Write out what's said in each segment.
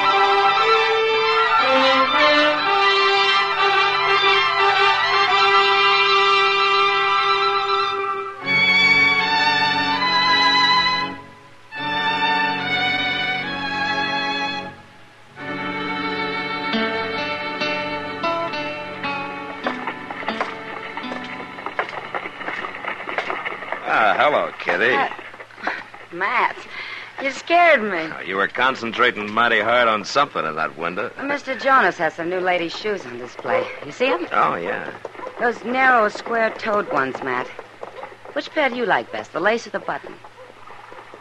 Ah, hello, Kitty. Matt, you scared me. Now, you were concentrating mighty hard on something in that window. Mr. Jonas has some new ladies' shoes on display. You see them? Oh, yeah. Those narrow, square-toed ones, Matt. Which pair do you like best, the lace or the button?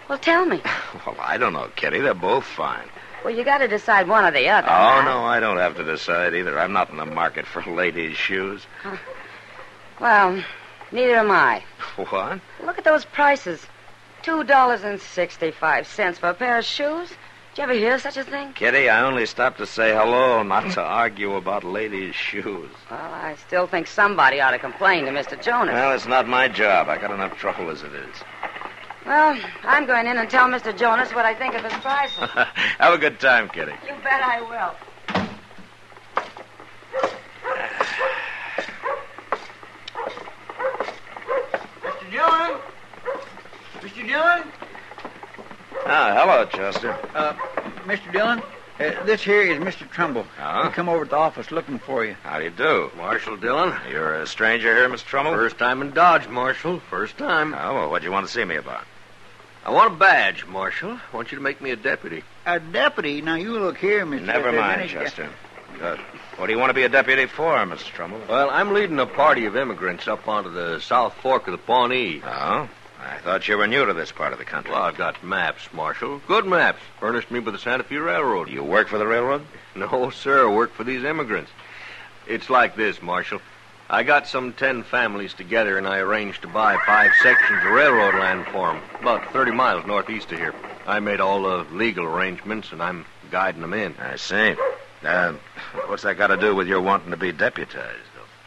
Well, tell me. Well, I don't know, Kitty. They're both fine. Well, you got to decide one or the other. Oh, Matt. no, I don't have to decide either. I'm not in the market for ladies' shoes. Well, neither am I. What? Look at those prices. Two dollars and sixty-five cents for a pair of shoes. Did you ever hear of such a thing? Kitty, I only stopped to say hello, not to argue about ladies' shoes. Well, I still think somebody ought to complain to Mr. Jonas. Well, it's not my job. I got enough trouble as it is. Well, I'm going in and tell Mr. Jonas what I think of his prices. Have a good time, Kitty. you bet I will. Mr. Dillon? Mr. Dillon? Ah, hello, Chester. Uh, Mr. Dillon? Uh, this here is Mr. Trumbull. Huh? He come over to the office looking for you. How do you do? Marshal Dillon. You're a stranger here, Mr. Trumbull? First time in Dodge, Marshal. First Oh, time. well, what do you want to see me about? I want a badge, Marshal. I want you to make me a deputy. A deputy? Now, you look here, Mr. Never if there's mind, any- Chester. Good. What do you want to be a deputy for, Mr. Trumbull? Well, I'm leading a party of immigrants up onto the South Fork of the Pawnee. Oh? I thought you were new to this part of the country. Well, I've got maps, Marshal. Good maps. Furnished me by the Santa Fe Railroad. you work for the railroad? No, sir. I work for these immigrants. It's like this, Marshal. I got some ten families together, and I arranged to buy five sections of railroad land for 'em, about 30 miles northeast of here. I made all the legal arrangements, and I'm guiding 'em in. I see. Uh, what's that got to do with your wanting to be deputized?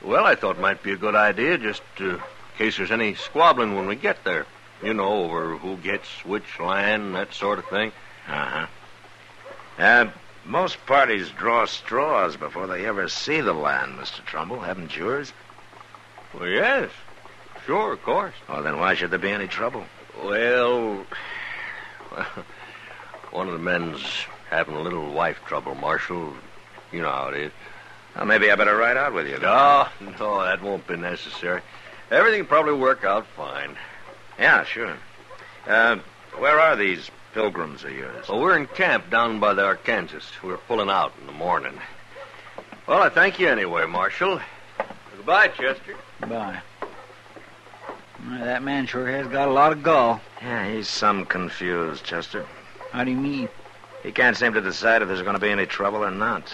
Well, I thought it might be a good idea, just uh, in case there's any squabbling when we get there. You know, over who gets which land, that sort of thing. Uh-huh. Uh, most parties draw straws before they ever see the land, Mr. Trumbull. Haven't yours? Well, yes. Sure, of course. Oh, then why should there be any trouble? Well, one of the men's having a little wife trouble, Marshal. You know how it is. Well, maybe I better ride out with you. then. No, no, that won't be necessary. Everything will probably work out fine. Yeah, sure. Uh, where are these pilgrims of yours? Well, we're in camp down by the Arkansas. We're pulling out in the morning. Well, I thank you anyway, Marshal. Goodbye, Chester. Bye. Well, that man sure has got a lot of gall. Yeah, he's some confused, Chester. How do you mean? He can't seem to decide if there's going to be any trouble or not.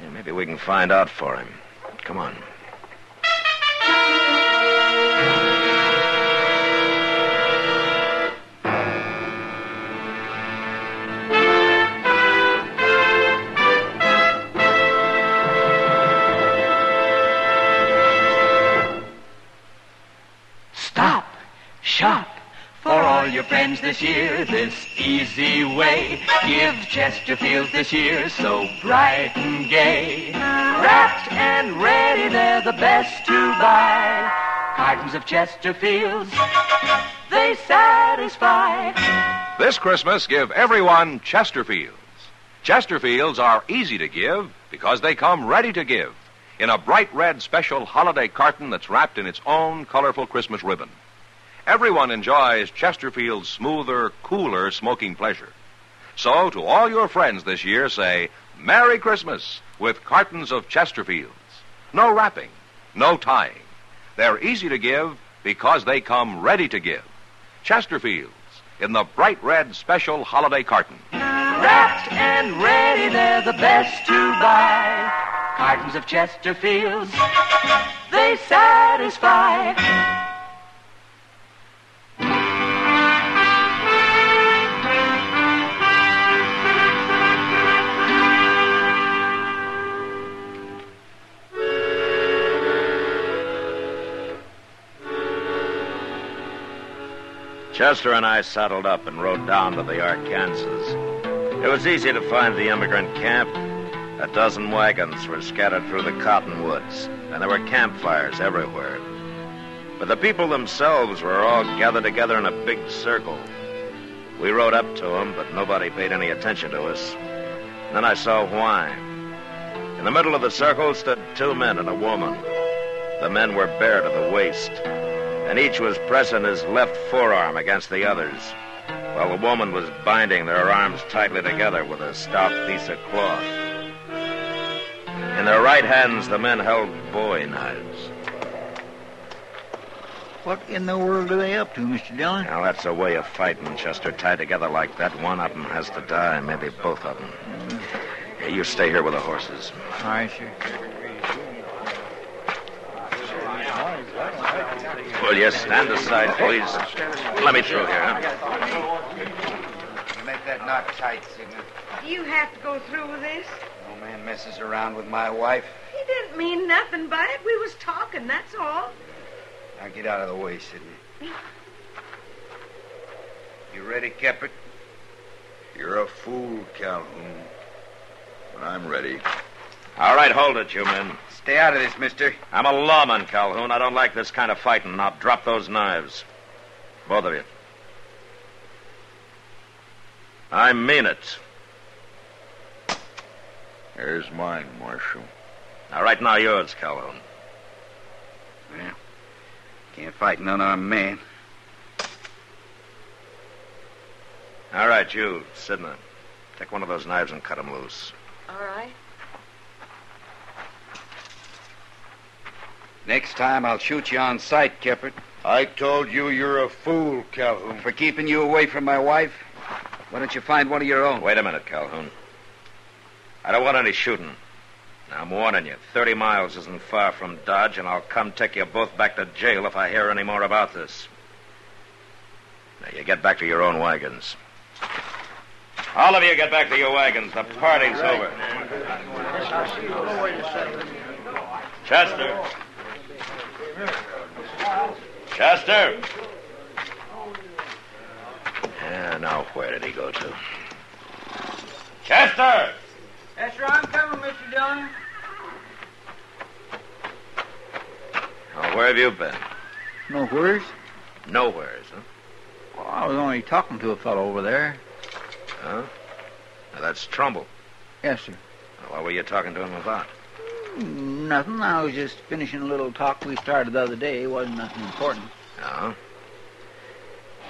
Yeah, maybe we can find out for him. Come on. Stop! Shop! For all your friends this year, this easy way. Give Chesterfields this year so bright and gay. Wrapped and ready, they're the best to buy. Cartons of Chesterfields, they satisfy. This Christmas, give everyone Chesterfields. Chesterfields are easy to give because they come ready to give in a bright red special holiday carton that's wrapped in its own colorful Christmas ribbon. Everyone enjoys Chesterfield's smoother, cooler smoking pleasure. So, to all your friends this year, say Merry Christmas with cartons of Chesterfields. No wrapping, no tying. They're easy to give because they come ready to give. Chesterfields in the bright red special holiday carton. Wrapped and ready, they're the best to buy. Cartons of Chesterfields, they satisfy. Chester and I settled up and rode down to the Arkansas. It was easy to find the immigrant camp. A dozen wagons were scattered through the cottonwoods, and there were campfires everywhere. But the people themselves were all gathered together in a big circle. We rode up to them, but nobody paid any attention to us. Then I saw why. In the middle of the circle stood two men and a woman. The men were bare to the waist, and each was pressing his left forearm against the other's, while the woman was binding their arms tightly together with a stout piece of cloth. In their right hands, the men held bowie knives. What in the world are they up to, Mr. Dillon? Now, that's a way of fighting, Chester. Tied together like that, one of them has to die, maybe both of them. Hey, you stay here with the horses. All right, sir. Will you stand aside, please? Let me through here. huh? Make that knot tight, Signa. Do you have to go through with this? No man messes around with my wife. He didn't mean nothing by it. We was talking, that's all. Now get out of the way, Sidney. You ready, Keppert? You're a fool, Calhoun. But I'm ready. All right, hold it, you men. Stay out of this, mister. I'm a lawman, Calhoun. I don't like this kind of fighting. Now drop those knives. Both of you. I mean it. There's mine, Marshal. Now, right now, yours, Calhoun. Can't fight an unarmed man. All right, you, Sidney. Take one of those knives and cut him loose. All right. Next time I'll shoot you on sight, Keppert. I told you you're a fool, Calhoun. For keeping you away from my wife. Why don't you find one of your own? Wait a minute, Calhoun. I don't want any shooting. Now, I'm warning you, 30 miles isn't far from Dodge, and I'll come take you both back to jail if I hear any more about this. Now, you get back to your own wagons. All of you get back to your wagons. The party's over. Chester. Chester. Yeah, now where did he go to? Chester! Yes, sir, I'm coming, Mr. Dillon. Now, where have you been? No worries. Nowheres, huh? Well, I was only talking to a fellow over there. Huh? Now, that's Trumbull. Yes, sir. Now, What were you talking to him about? Nothing. I was just finishing a little talk we started the other day. It wasn't nothing important. No. Uh-huh.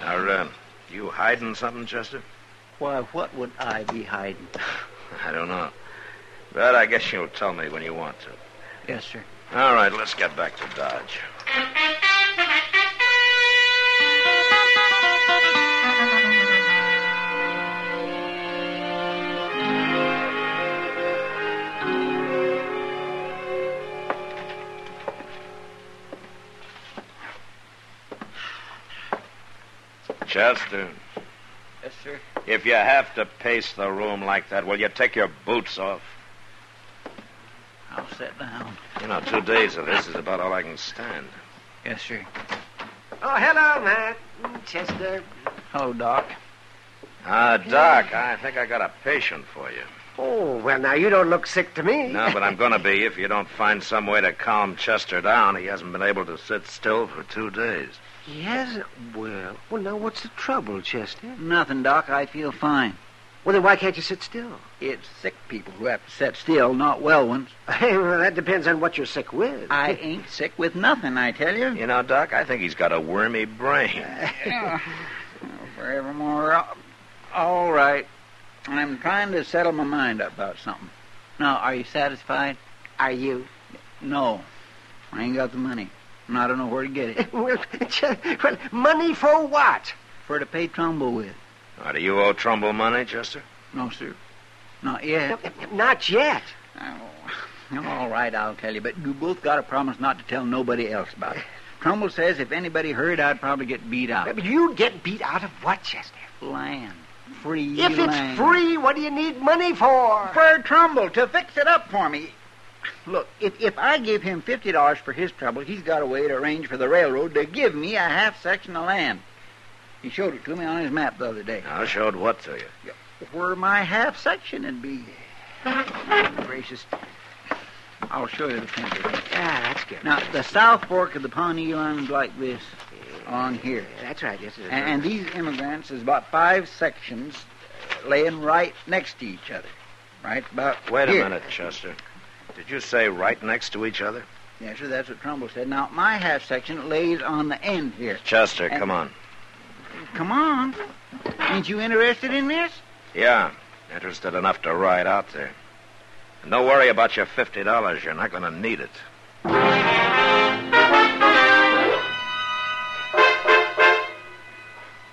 Now, uh, you hiding something, Chester? Why, what would I be hiding? I don't know. But I guess you'll tell me when you want to. Yes, sir. All right, let's get back to Dodge. Chester, Yes, sir. if you have to pace the room like that, will you take your boots off? I'll sit down. You know, two days of this is about all I can stand. Yes, sir. Oh, hello, Matt. Mm, Chester. Hello, Doc. Ah, Doc, I think I got a patient for you. Oh, well, now you don't look sick to me. No, but I'm going to be if you don't find some way to calm Chester down. He hasn't been able to sit still for two days. He hasn't. Well, well, now what's the trouble, Chester? Nothing, Doc. I feel fine. Well, then why can't you sit still? It's sick people who have to sit still, not well ones. Hey, well, that depends on what you're sick with. I ain't sick with nothing, I tell you. You know, Doc, I think he's got a wormy brain. Yeah. Well, Forevermore. I'll- All right. I'm trying to settle my mind up about something. Now, are you satisfied? Are you? No. I ain't got the money. And I don't know where to get it. well, Ch- well, money for what? For to pay Trumbull with. Now, do you owe Trumbull money, Chester? No, sir. Not yet. Not yet. Oh, all right, I'll tell you, but you both got to promise not to tell nobody else about it. Trumbull says if anybody heard, I'd probably get beat out. But You get beat out of what, Chester? Land. Free If land. it's free, what do you need money for? For Trumbull to fix it up for me. Look, if, if I give him $50 for his trouble, he's got a way to arrange for the railroad to give me a half section of land. He showed it to me on his map the other day. I showed what to you? Where my half section would be. Gracious. I'll show you the finger. Ah, that's good. Now, the south fork of the Pawnee runs like this on here. That's right, yes. it is. And, and these immigrants is about five sections uh, laying right next to each other. Right about Wait a here. minute, Chester. Did you say right next to each other? Yes, sir, that's what Trumbull said. Now, my half section lays on the end here. Chester, And- come on. Come on. Ain't you interested in this? Yeah, interested enough to ride out there. And don't worry about your $50. You're not going to need it.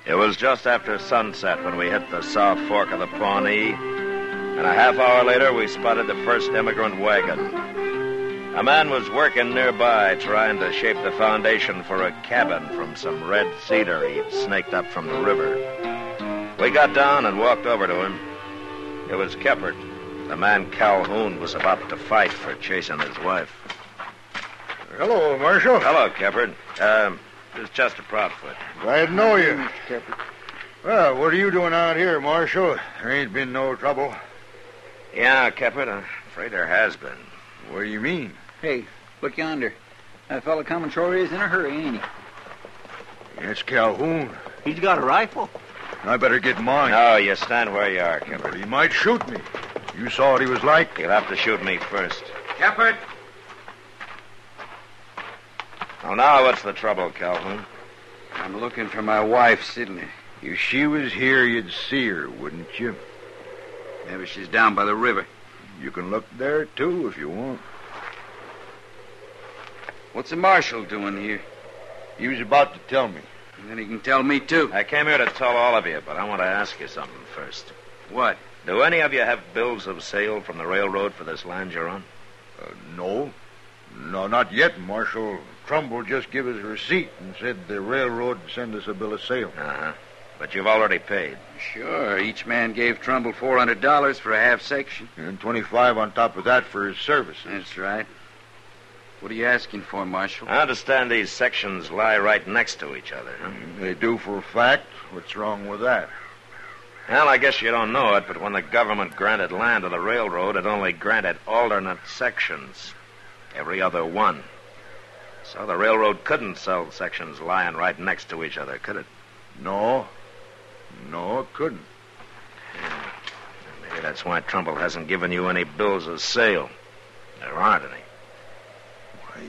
It was just after sunset when we hit the South Fork of the Pawnee, and a half hour later we spotted the first immigrant wagon. A man was working nearby trying to shape the foundation for a cabin from some red cedar he'd snaked up from the river. We got down and walked over to him. It was Keppert. The man Calhoun was about to fight for chasing his wife. Hello, Marshal. Hello, Keppert. Um, this is Chester Proudfoot. Glad to know you. Well, what are you doing out here, Marshal? There ain't been no trouble. Yeah, Keppert, I'm afraid there has been. What do you mean? Hey, look yonder. That fellow coming sure is in a hurry, ain't he? It's Calhoun. He's got a rifle. I better get mine. No, you stand where you are, Keppert. He might shoot me. You saw what he was like. You'll have to shoot me first. Shepard! Oh, now what's the trouble, Calhoun? I'm looking for my wife, Sidney. If she was here, you'd see her, wouldn't you? Maybe she's down by the river. You can look there, too, if you want. What's the marshal doing here? He was about to tell me. Then he can tell me, too. I came here to tell all of you, but I want to ask you something first. What? Do any of you have bills of sale from the railroad for this land you're on? Uh, no. No, not yet, Marshal. Trumbull just gave us a receipt and said the railroad would send us a bill of sale. Uh-huh. But you've already paid. Sure. Each man gave Trumbull $400 for a half section. And 25 on top of that for his services. That's right. What are you asking for, Marshal? I understand these sections lie right next to each other. Huh? They do for a fact. What's wrong with that? Well, I guess you don't know it, but when the government granted land to the railroad, it only granted alternate sections, every other one. So the railroad couldn't sell sections lying right next to each other, could it? No. No, it couldn't. Maybe that's why Trumbull hasn't given you any bills of sale. There aren't any.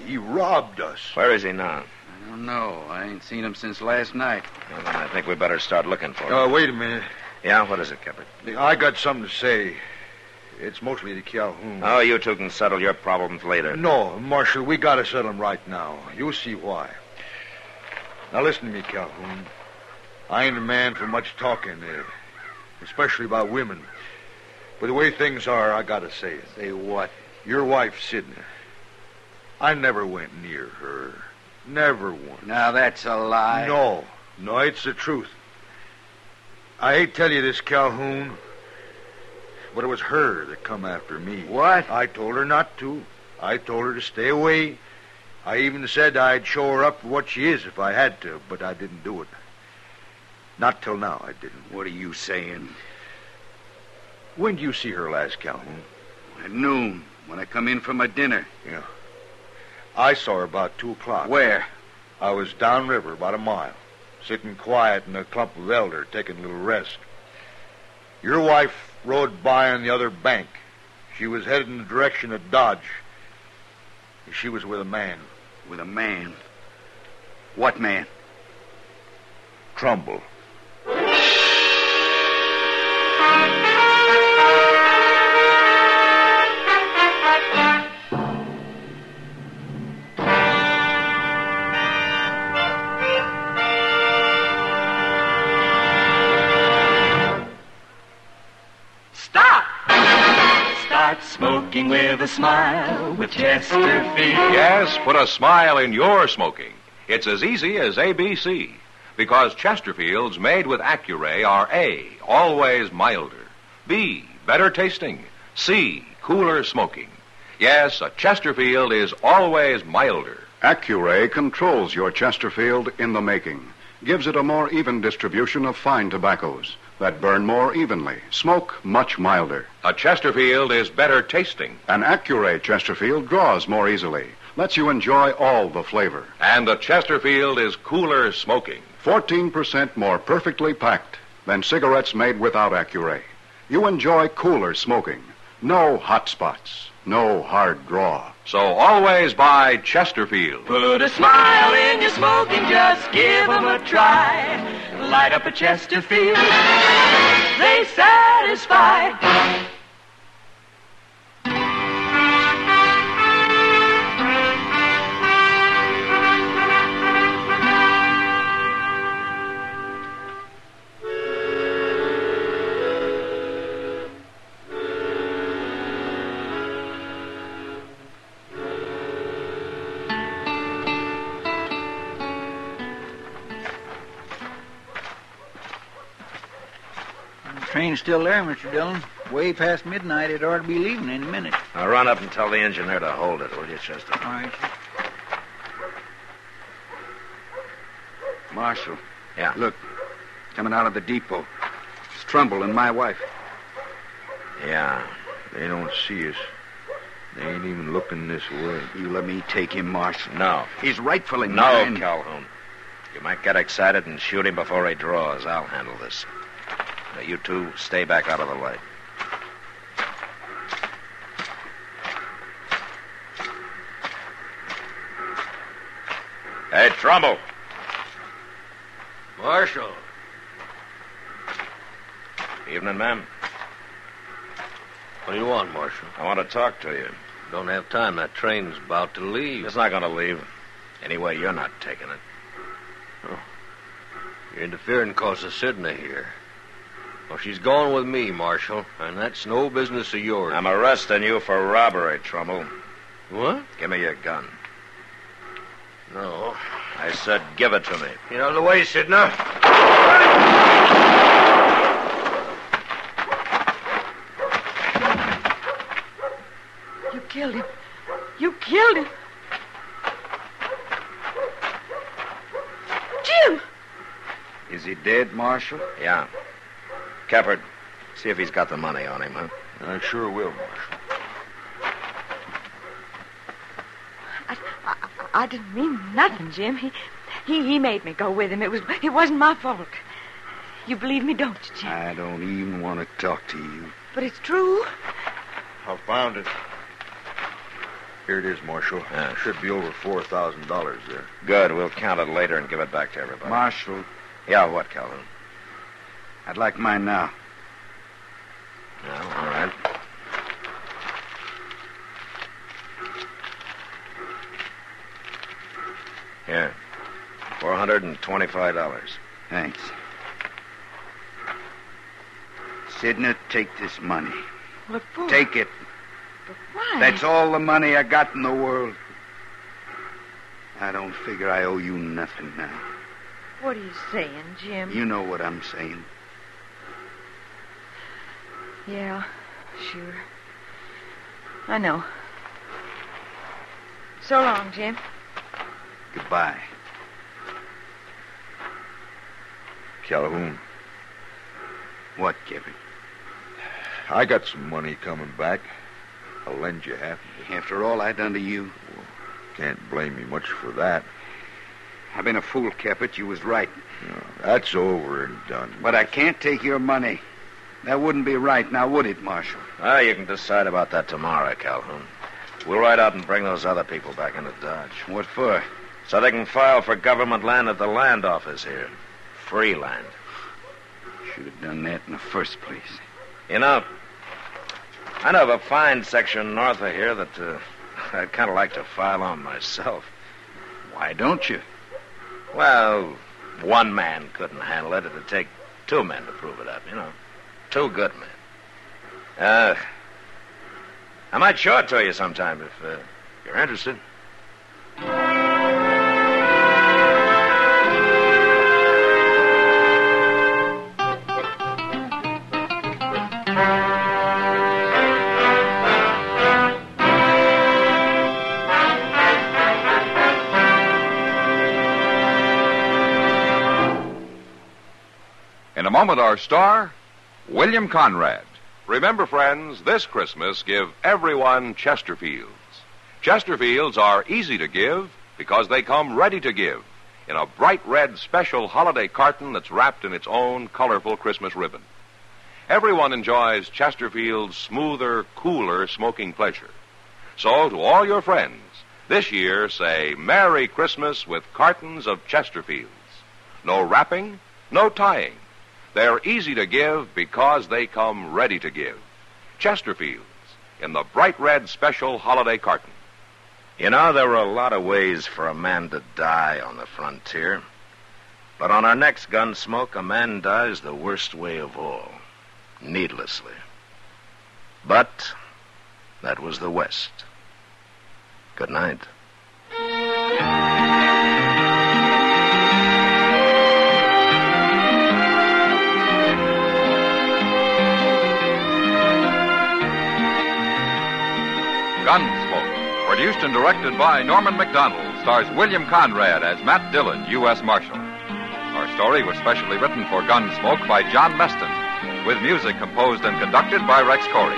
He robbed us. Where is he now? I don't know. I ain't seen him since last night. Well, then I think we better start looking for him. Uh, wait a minute. Yeah, what is it, Captain? I got something to say. It's mostly to Calhoun. Oh, you two can settle your problems later. no, Marshal, we gotta settle him right now. You'll see why. Now listen to me, Calhoun. I ain't a man for much talking, eh, especially about women. But the way things are, I gotta say it. Say what? Your wife, Sidney. I never went near her. Never once. Now, that's a lie. No, no, it's the truth. I hate to tell you this, Calhoun, but it was her that come after me. What? I told her not to. I told her to stay away. I even said I'd show her up for what she is if I had to, but I didn't do it. Not till now, I didn't. What are you saying? When did you see her last, Calhoun? At noon, when I come in from my dinner. Yeah. I saw her about two o'clock. Where? I was downriver about a mile, sitting quiet in a clump of elder, taking a little rest. Your wife rode by on the other bank. She was headed in the direction of Dodge. She was with a man. With a man. What man? Trumbull. Stop! Start smoking with a smile with Chesterfield. Yes, put a smile in your smoking. It's as easy as ABC. Because Chesterfields made with Accuray are A, always milder, B, better tasting, C, cooler smoking. Yes, a Chesterfield is always milder. Accuray controls your Chesterfield in the making, gives it a more even distribution of fine tobaccos that burn more evenly, smoke much milder. A Chesterfield is better tasting, An Accuray Chesterfield draws more easily, lets you enjoy all the flavor. and a Chesterfield is cooler smoking. 14% more perfectly packed than cigarettes made without Accuray. You enjoy cooler smoking. No hot spots, no hard draw. So always buy Chesterfield. Put a smile in your smoking, just give 'em a try. Light up a Chesterfield, they satisfy. Train's still there, Mr. Dillon. Way past midnight. It ought to be leaving any minute. Now run up and tell the engineer to hold it, will you, Chester? All right. Marshal. Yeah. Look, coming out of the depot. It's Trumbull and my wife. Yeah. They don't see us. They ain't even looking this way. You let me take him, Marshal. No. He's rightfully No, mine. Calhoun. You might get excited and shoot him before he draws. I'll handle this. Now, you two stay back out of the light. Hey, Trumbull. Marshal. Evening, ma'am. What do you want, Marshal? I want to talk to you. Don't have time. That train's about to leave. It's not going to leave. Anyway, you're not taking it. Oh. You're interfering cause of Sidney here. Well, she's going with me, Marshal, and that's no business of yours. I'm arresting you for robbery, Trumbull. What? Give me your gun. No. I said give it to me. Get out of the way, Sidney. You killed him. You killed him. Jim! Is he dead, Marshal? Yeah. Capper, see if he's got the money on him, huh? I sure will, Marshal. I didn't mean nothing, Jim. He, he, he made me go with him. It was, it wasn't my fault. You believe me, don't you, Jim? I don't even want to talk to you. But it's true. I found it. Here it is, Marshal. Yeah. Should be over four thousand dollars there. Good. We'll count it later and give it back to everybody. Marshal, yeah, what, Calhoun? I'd like mine now. Yeah, all right. Here. Four hundred and twenty-five dollars. Thanks. Sidney, take this money. What for? Take it. But why? That's all the money I got in the world. I don't figure I owe you nothing now. What are you saying, Jim? You know what I'm saying. Yeah, sure. I know. So long, Jim. Goodbye. Calhoun. What, Kevin? I got some money coming back. I'll lend you half of it. After all I done to you. Can't blame you much for that. I've been a fool, Caput. You was right. That's over and done. But I can't take your money. That wouldn't be right now, would it, Marshal? Ah, you can decide about that tomorrow, Calhoun. We'll ride out and bring those other people back into Dodge. What for? So they can file for government land at the land office here. Free land. Should have done that in the first place. You know, I know of a fine section north of here that uh, I'd kind of like to file on myself. Why don't you? Well, one man couldn't handle it. It'd take two men to prove it up, you know. Two good men. Uh, I might show it to you sometime if uh, you're interested. In a moment, our star, William Conrad. Remember, friends, this Christmas give everyone Chesterfields. Chesterfields are easy to give because they come ready to give in a bright red special holiday carton that's wrapped in its own colorful Christmas ribbon. Everyone enjoys Chesterfield's smoother, cooler smoking pleasure. So, to all your friends, this year say Merry Christmas with cartons of Chesterfields. No wrapping, no tying. They're easy to give because they come ready to give. Chesterfields in the bright red special holiday carton. You know, there were a lot of ways for a man to die on the frontier. But on our next gunsmoke, a man dies the worst way of all needlessly. But that was the West. Good night. Gunsmoke, produced and directed by Norman McDonald, stars William Conrad as Matt Dillon, U.S. Marshal. Our story was specially written for Gunsmoke by John Meston, with music composed and conducted by Rex Corey.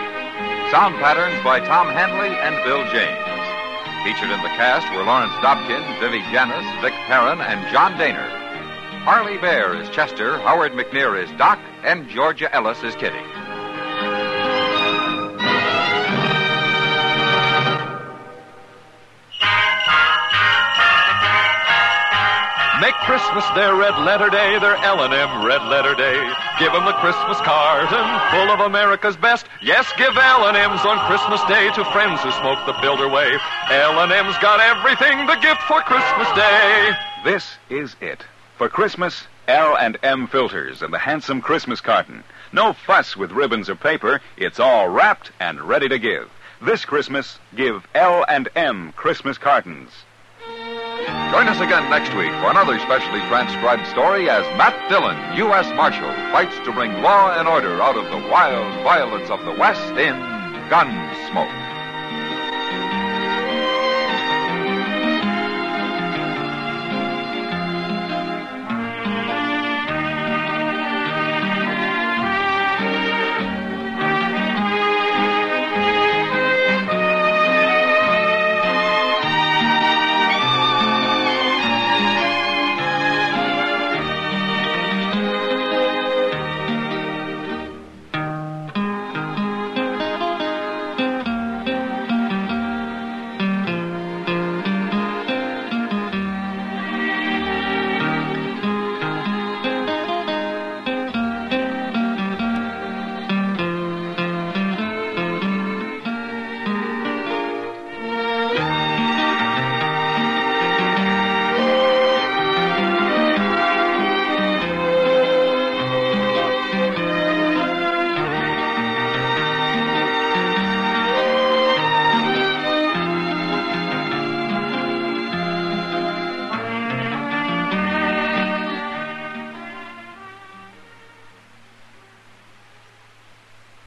Sound patterns by Tom Henley and Bill James. Featured in the cast were Lawrence Dobkin, Vivi Janis, Vic Perrin, and John Daner. Harley Bear is Chester, Howard McNear is Doc, and Georgia Ellis is Kitty. Make Christmas their red letter day, their L&M red letter day. Give 'em the Christmas carton full of America's best. Yes, give L&M's on Christmas Day to friends who smoke the builder way. L&M's got everything, the gift for Christmas Day. This is it. For Christmas, L and M filters and the handsome Christmas carton. No fuss with ribbons or paper. It's all wrapped and ready to give. This Christmas, give L and M Christmas cartons. Join us again next week for another specially transcribed story as Matt Dillon, U.S. Marshal, fights to bring law and order out of the wild violence of the West in Gunsmoke.